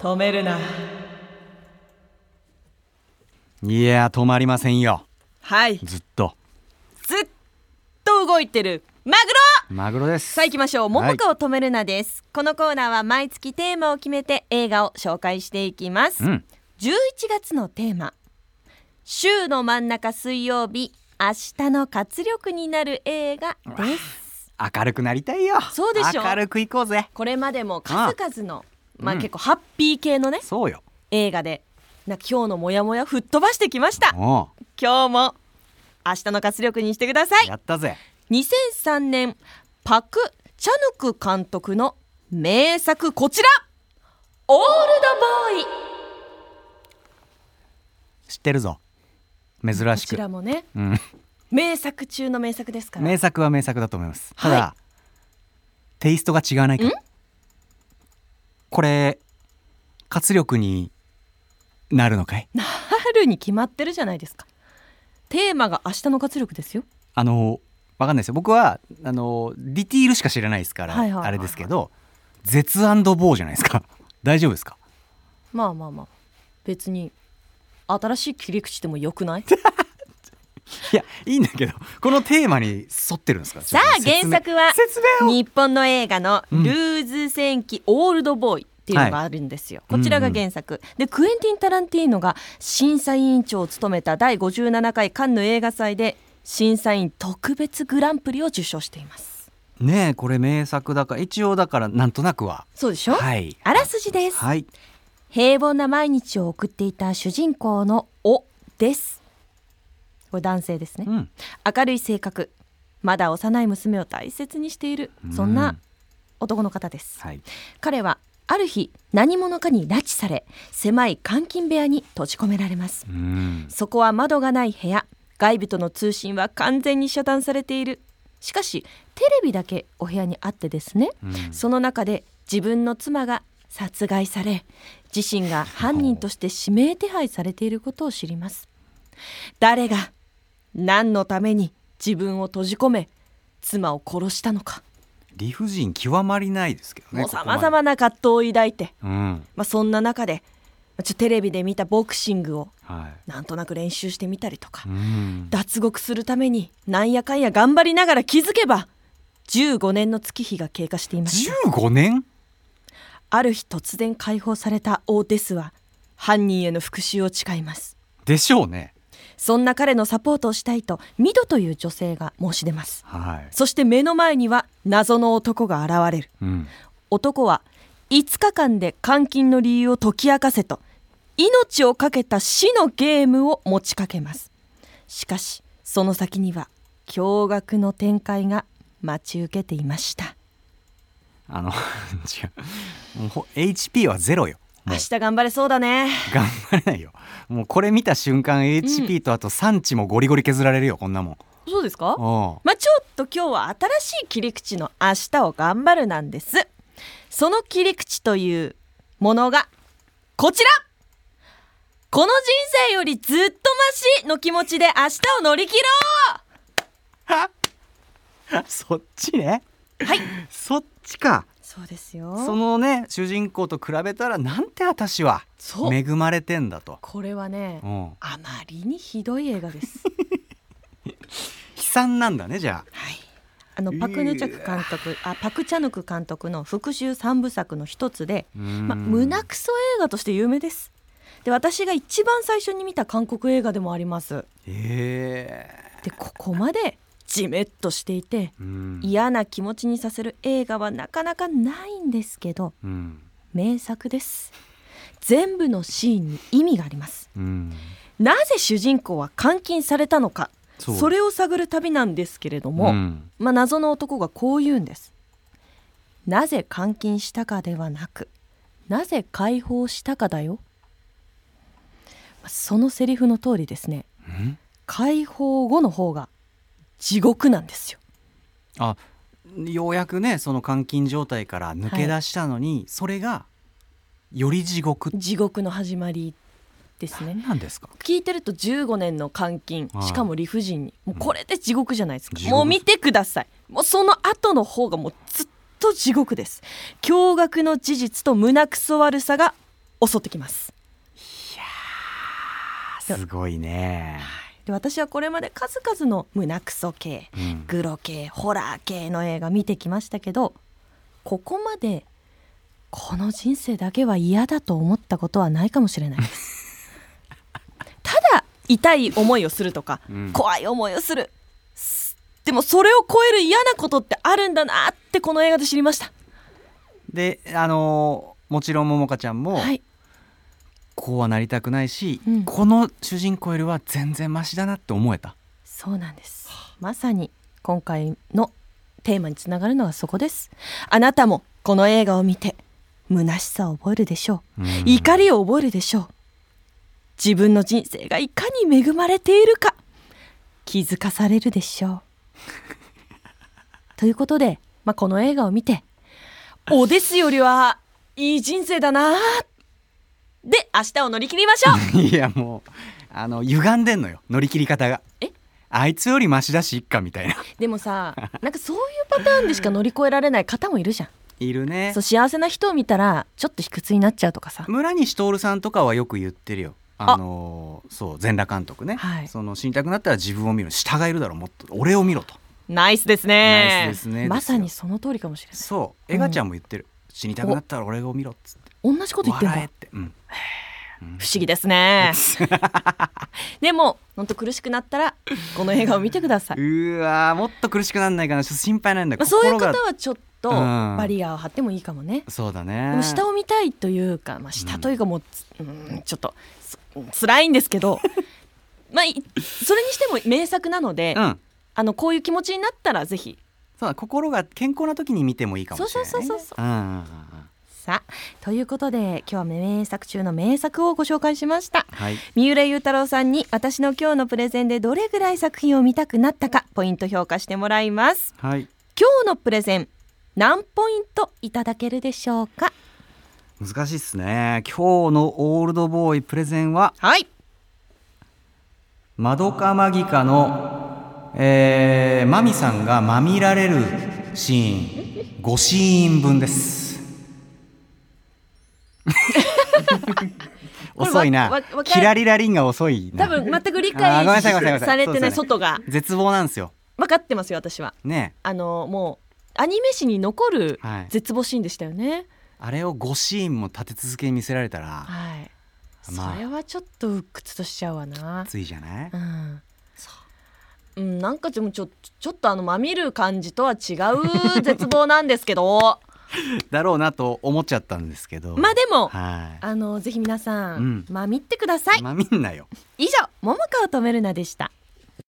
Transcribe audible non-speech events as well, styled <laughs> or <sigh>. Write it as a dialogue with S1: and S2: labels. S1: 止めるない
S2: や止まりませんよ
S1: はい
S2: ずっと
S1: ずっと動いてるマグロ
S2: マグロです
S1: さあ行きましょう桃香を止めるなです、このコーナーは毎月テーマを決めて映画を紹介していきます、
S2: うん
S1: 11月のテーマ週の真ん中水曜日明日の活力になる映画です
S2: 明るくなりたいよ
S1: そうでしょ
S2: 明るくいこうぜ
S1: これまでも数々のまあ
S2: うん
S1: 結構ハッピー系のね
S2: そうよ
S1: 映画でなんか今日のモヤモヤ吹っ飛ばしてきました
S2: おう
S1: 今日も明日の活力にしてください
S2: やったぜ
S1: 2003年パク・チャヌク監督の名作こちら「オールドボーイ」
S2: 知ってるぞ珍
S1: こ
S2: し
S1: ち
S2: く
S1: らもね
S2: うん
S1: 名作中の名作ですから
S2: 名作は名作だと思いますただ、
S1: は
S2: テイストが違わないか
S1: ん
S2: これ活力になるのかい
S1: 春に決まってるじゃないですかテーマが明日の活力ですよ
S2: あのわかんないですよ僕はあのディティールしか知らないですから、
S1: はいはいはいはい
S2: あれですけど「絶ボー」じゃないですか <laughs> 大丈夫ですか
S1: まあまあまあ別に新しい切り口でもよくない
S2: いやいいんだけどこのテーマに沿ってるんですか
S1: さあ
S2: ちょっと説明
S1: 原作は
S2: 説明を
S1: 日本の映画の「
S2: うん
S1: ルーズ戦記オールドボーイ」っていうのがあるんですよ、
S2: はい
S1: こちらが原作、でクエンティン・タランティーノが審査委員長を務めた第57回カンヌ映画祭で審査員特別グランプリを受賞しています
S2: ねえこれ名作だから一応だからなんとなくは
S1: そうでしょ、
S2: はい
S1: あらすじです
S2: はい
S1: 平凡な毎日を送っていた主人公の「お」ですこれ男性ですね
S2: うん
S1: 明るい性格まだ幼い娘を大切にしているそん
S2: う
S1: なん男の方です
S2: はい
S1: 彼はある日何者かに拉致され狭い監禁部屋に閉じ込められます
S2: うん
S1: そこは窓がない部屋外部との通信は完全に遮断されているしかしテレビだけお部屋にあってですね
S2: うん
S1: その中で自分の妻が殺害され自身が犯人として指名手配されていることを知ります誰が何のために自分を閉じ込め妻を殺したのか
S2: 理不尽極まりないですけどね
S1: もう
S2: ここ
S1: さ
S2: ま
S1: ま
S2: で
S1: ざまな葛藤を抱いて
S2: うん
S1: まあ、そんな中でまあちょっとテレビで見たボクシングを
S2: は
S1: なんとなく練習してみたりとか
S2: いうん
S1: 脱獄するためになんやかんや頑張りながら気づけば15年の月日が経過していました
S2: 15年
S1: ある日突然解放されたオーテスは犯人への復讐を誓います
S2: でしょうね
S1: そんな彼のサポートをしたいとミドという女性が申し出ます
S2: はい
S1: そして目の前には謎の男が現れる
S2: うん
S1: 男は5日間で監禁の理由を解き明かせと命を懸けた死のゲームを持ちかけますしかしその先には驚愕の展開が待ち受けていました
S2: あの <laughs> 違うもうほ HP はゼロよも
S1: 明
S2: う
S1: 日頑張れそうだね
S2: 頑張れないよもうこれ見た瞬間 HP とあと産地もゴリゴリ削られるよこんなもん
S1: そうですか
S2: お
S1: まあちょっと今日は新しい切り口の明日を頑張るなんですその切り口というものがこちらこの人生よりずっとマシの気持ちで明日を乗り切ろう
S2: うそっちね
S1: はい
S2: そっちか
S1: そうですよ
S2: そのね主人公と比べたらなんて私は
S1: そう
S2: 恵まれてんだと
S1: これはね
S2: うん
S1: あまりにひどい映画です
S2: <laughs> 悲惨なんだねじゃあ
S1: はいあのパク・ヌチャク監督あパク・チャヌク監督の復讐三部作の一つで、まあ、胸
S2: く
S1: くそ映画として有名ですで私が一番最初に見た韓国映画でもあります
S2: え
S1: でここまでジメッとしていて
S2: えうん
S1: 嫌な気持ちにさせる映画はなかなかないんですけど
S2: うん
S1: 名作です全部のシーンに意味があります
S2: うん
S1: なぜ主人公は監禁されたのか
S2: そ
S1: そうれを探る旅なんですけれども、
S2: うん
S1: まあ、謎の男がこう言うんですなぜ監禁したかではなくなぜ解放したかだよまあそのセリフの通りですね
S2: うん
S1: 解放後の方が地獄なんですよ
S2: あようやくねその監禁状態から抜け出したのに、それがより地獄って
S1: 地獄の始まりですね
S2: 何なんですか
S1: 聞いてると15年の監禁
S2: はい
S1: しかも理不尽にもうこれで地獄じゃないですか、
S2: 地獄
S1: もう見てくださいもうその後の方がもうずっと地獄です驚愕の事実と胸くそ悪さが襲ってきます
S2: すごいね、
S1: で私はこれまで数々の胸クソ系
S2: うん
S1: グロ系ホラー系の映画見てきましたけどここまでこの人生だけは嫌だと思ったことはないかもしれないです
S2: <laughs>
S1: ただ痛い思いをするとか
S2: うん
S1: 怖い思いをするすでもそれを超える嫌なことってあるんだなってこの映画で知りました
S2: であのーもちろんももかちゃんも、
S1: はい
S2: こうはなりたくないし、
S1: うん
S2: この主人公よりは全然マシだなって思えた <laughs>
S1: そうなんですまさに今回のテーマにつながるのはそこですあなたもこの映画を見て虚しさを覚えるでしょう怒りを覚えるでしょう自分の人生がいかに恵まれているか気づかされるでしょうということで、まあ、この映画を見て「おですよりはいい人生だな」で明日を乗り切りましょう
S2: いやもうあの歪んでんのよ乗り切り方が
S1: え
S2: あいつよりマシだしいっかみたいな
S1: でもさなんかそういうパターンでしか乗り越えられない方 <laughs> もいるじゃん
S2: いる <laughs> ね
S1: そう幸せな人を見たらちょっと卑屈になっちゃうとかさ
S2: 村西徹さんとかはよく言ってるよあのーそう全裸監督ね、
S1: はい
S2: その死にたくなったら自分を見る下がいるだろもっと俺を見ろと
S1: ナイスです
S2: ナイスですね
S1: まさにその通りかもしれない
S2: そう
S1: うん
S2: エガちゃんも言ってる、死にたくなったら俺を見ろっつって
S1: 同じこと言ってんだ
S2: 笑えって、うん、
S1: 不思議ですねでも本当苦しくなったらこの映画を見てください、
S2: うーわーもっと苦しくなんないかなちょっと心配なんだ、
S1: まあ、そういう
S2: 心が
S1: 方はちょっと
S2: うん
S1: バリアを張ってもいいかもね、
S2: そうだ
S1: で
S2: ね
S1: も下を見たいというか、まあ、下というかもうつ、うーんちょっとす辛いんですけ
S2: <laughs>
S1: どまあいそれにしても名作なので、
S2: うん
S1: あのこういう気持ちになったらぜひ
S2: そうだ心が健康な時に見てもいいかもしれない、ね、
S1: そうそうそうそう
S2: うんうんうんうん
S1: さあということで今日は名作中の名作をご紹介しました
S2: はい
S1: 三浦雄太郎さんに私の今日のプレゼンでどれぐらい作品を見たくなったかポイント評価してもらいます
S2: はい
S1: 今日のプレゼン何ポイントいただけるでしょうか
S2: 難しいっすね今日のオールドボーイプレゼンは
S1: はい
S2: マドカマギカの、えーマミさんがまみられるシーン5シーン分
S1: <laughs>
S2: です。遅い
S1: これ
S2: な
S1: わわわ。か
S2: キラリラリンが遅いな。
S1: 多分全く理
S2: あーごめんな
S1: 解
S2: さいごめんなさい
S1: されてない
S2: そう
S1: 外が
S2: 絶望なんですよ。
S1: 分かってますよ私は
S2: ね
S1: あのもうアニメ史に残る
S2: はい
S1: 絶望シーンでしたよね
S2: え、あれを5シーンも立て続けに見せられたら、
S1: はい、
S2: まあ
S1: それはちょっと鬱屈としちゃうわな
S2: ついじゃない、
S1: うんうん、なんかでもちょちょっとあのまみる感じとは違う絶望なんですけ
S2: <laughs>
S1: ど
S2: だろうなと思っちゃったんですけど。
S1: まあでも
S2: は
S1: あのぜひ皆さん、
S2: うん
S1: まみってください
S2: い。まみんなよ。
S1: 以上「桃香を止めるな」でした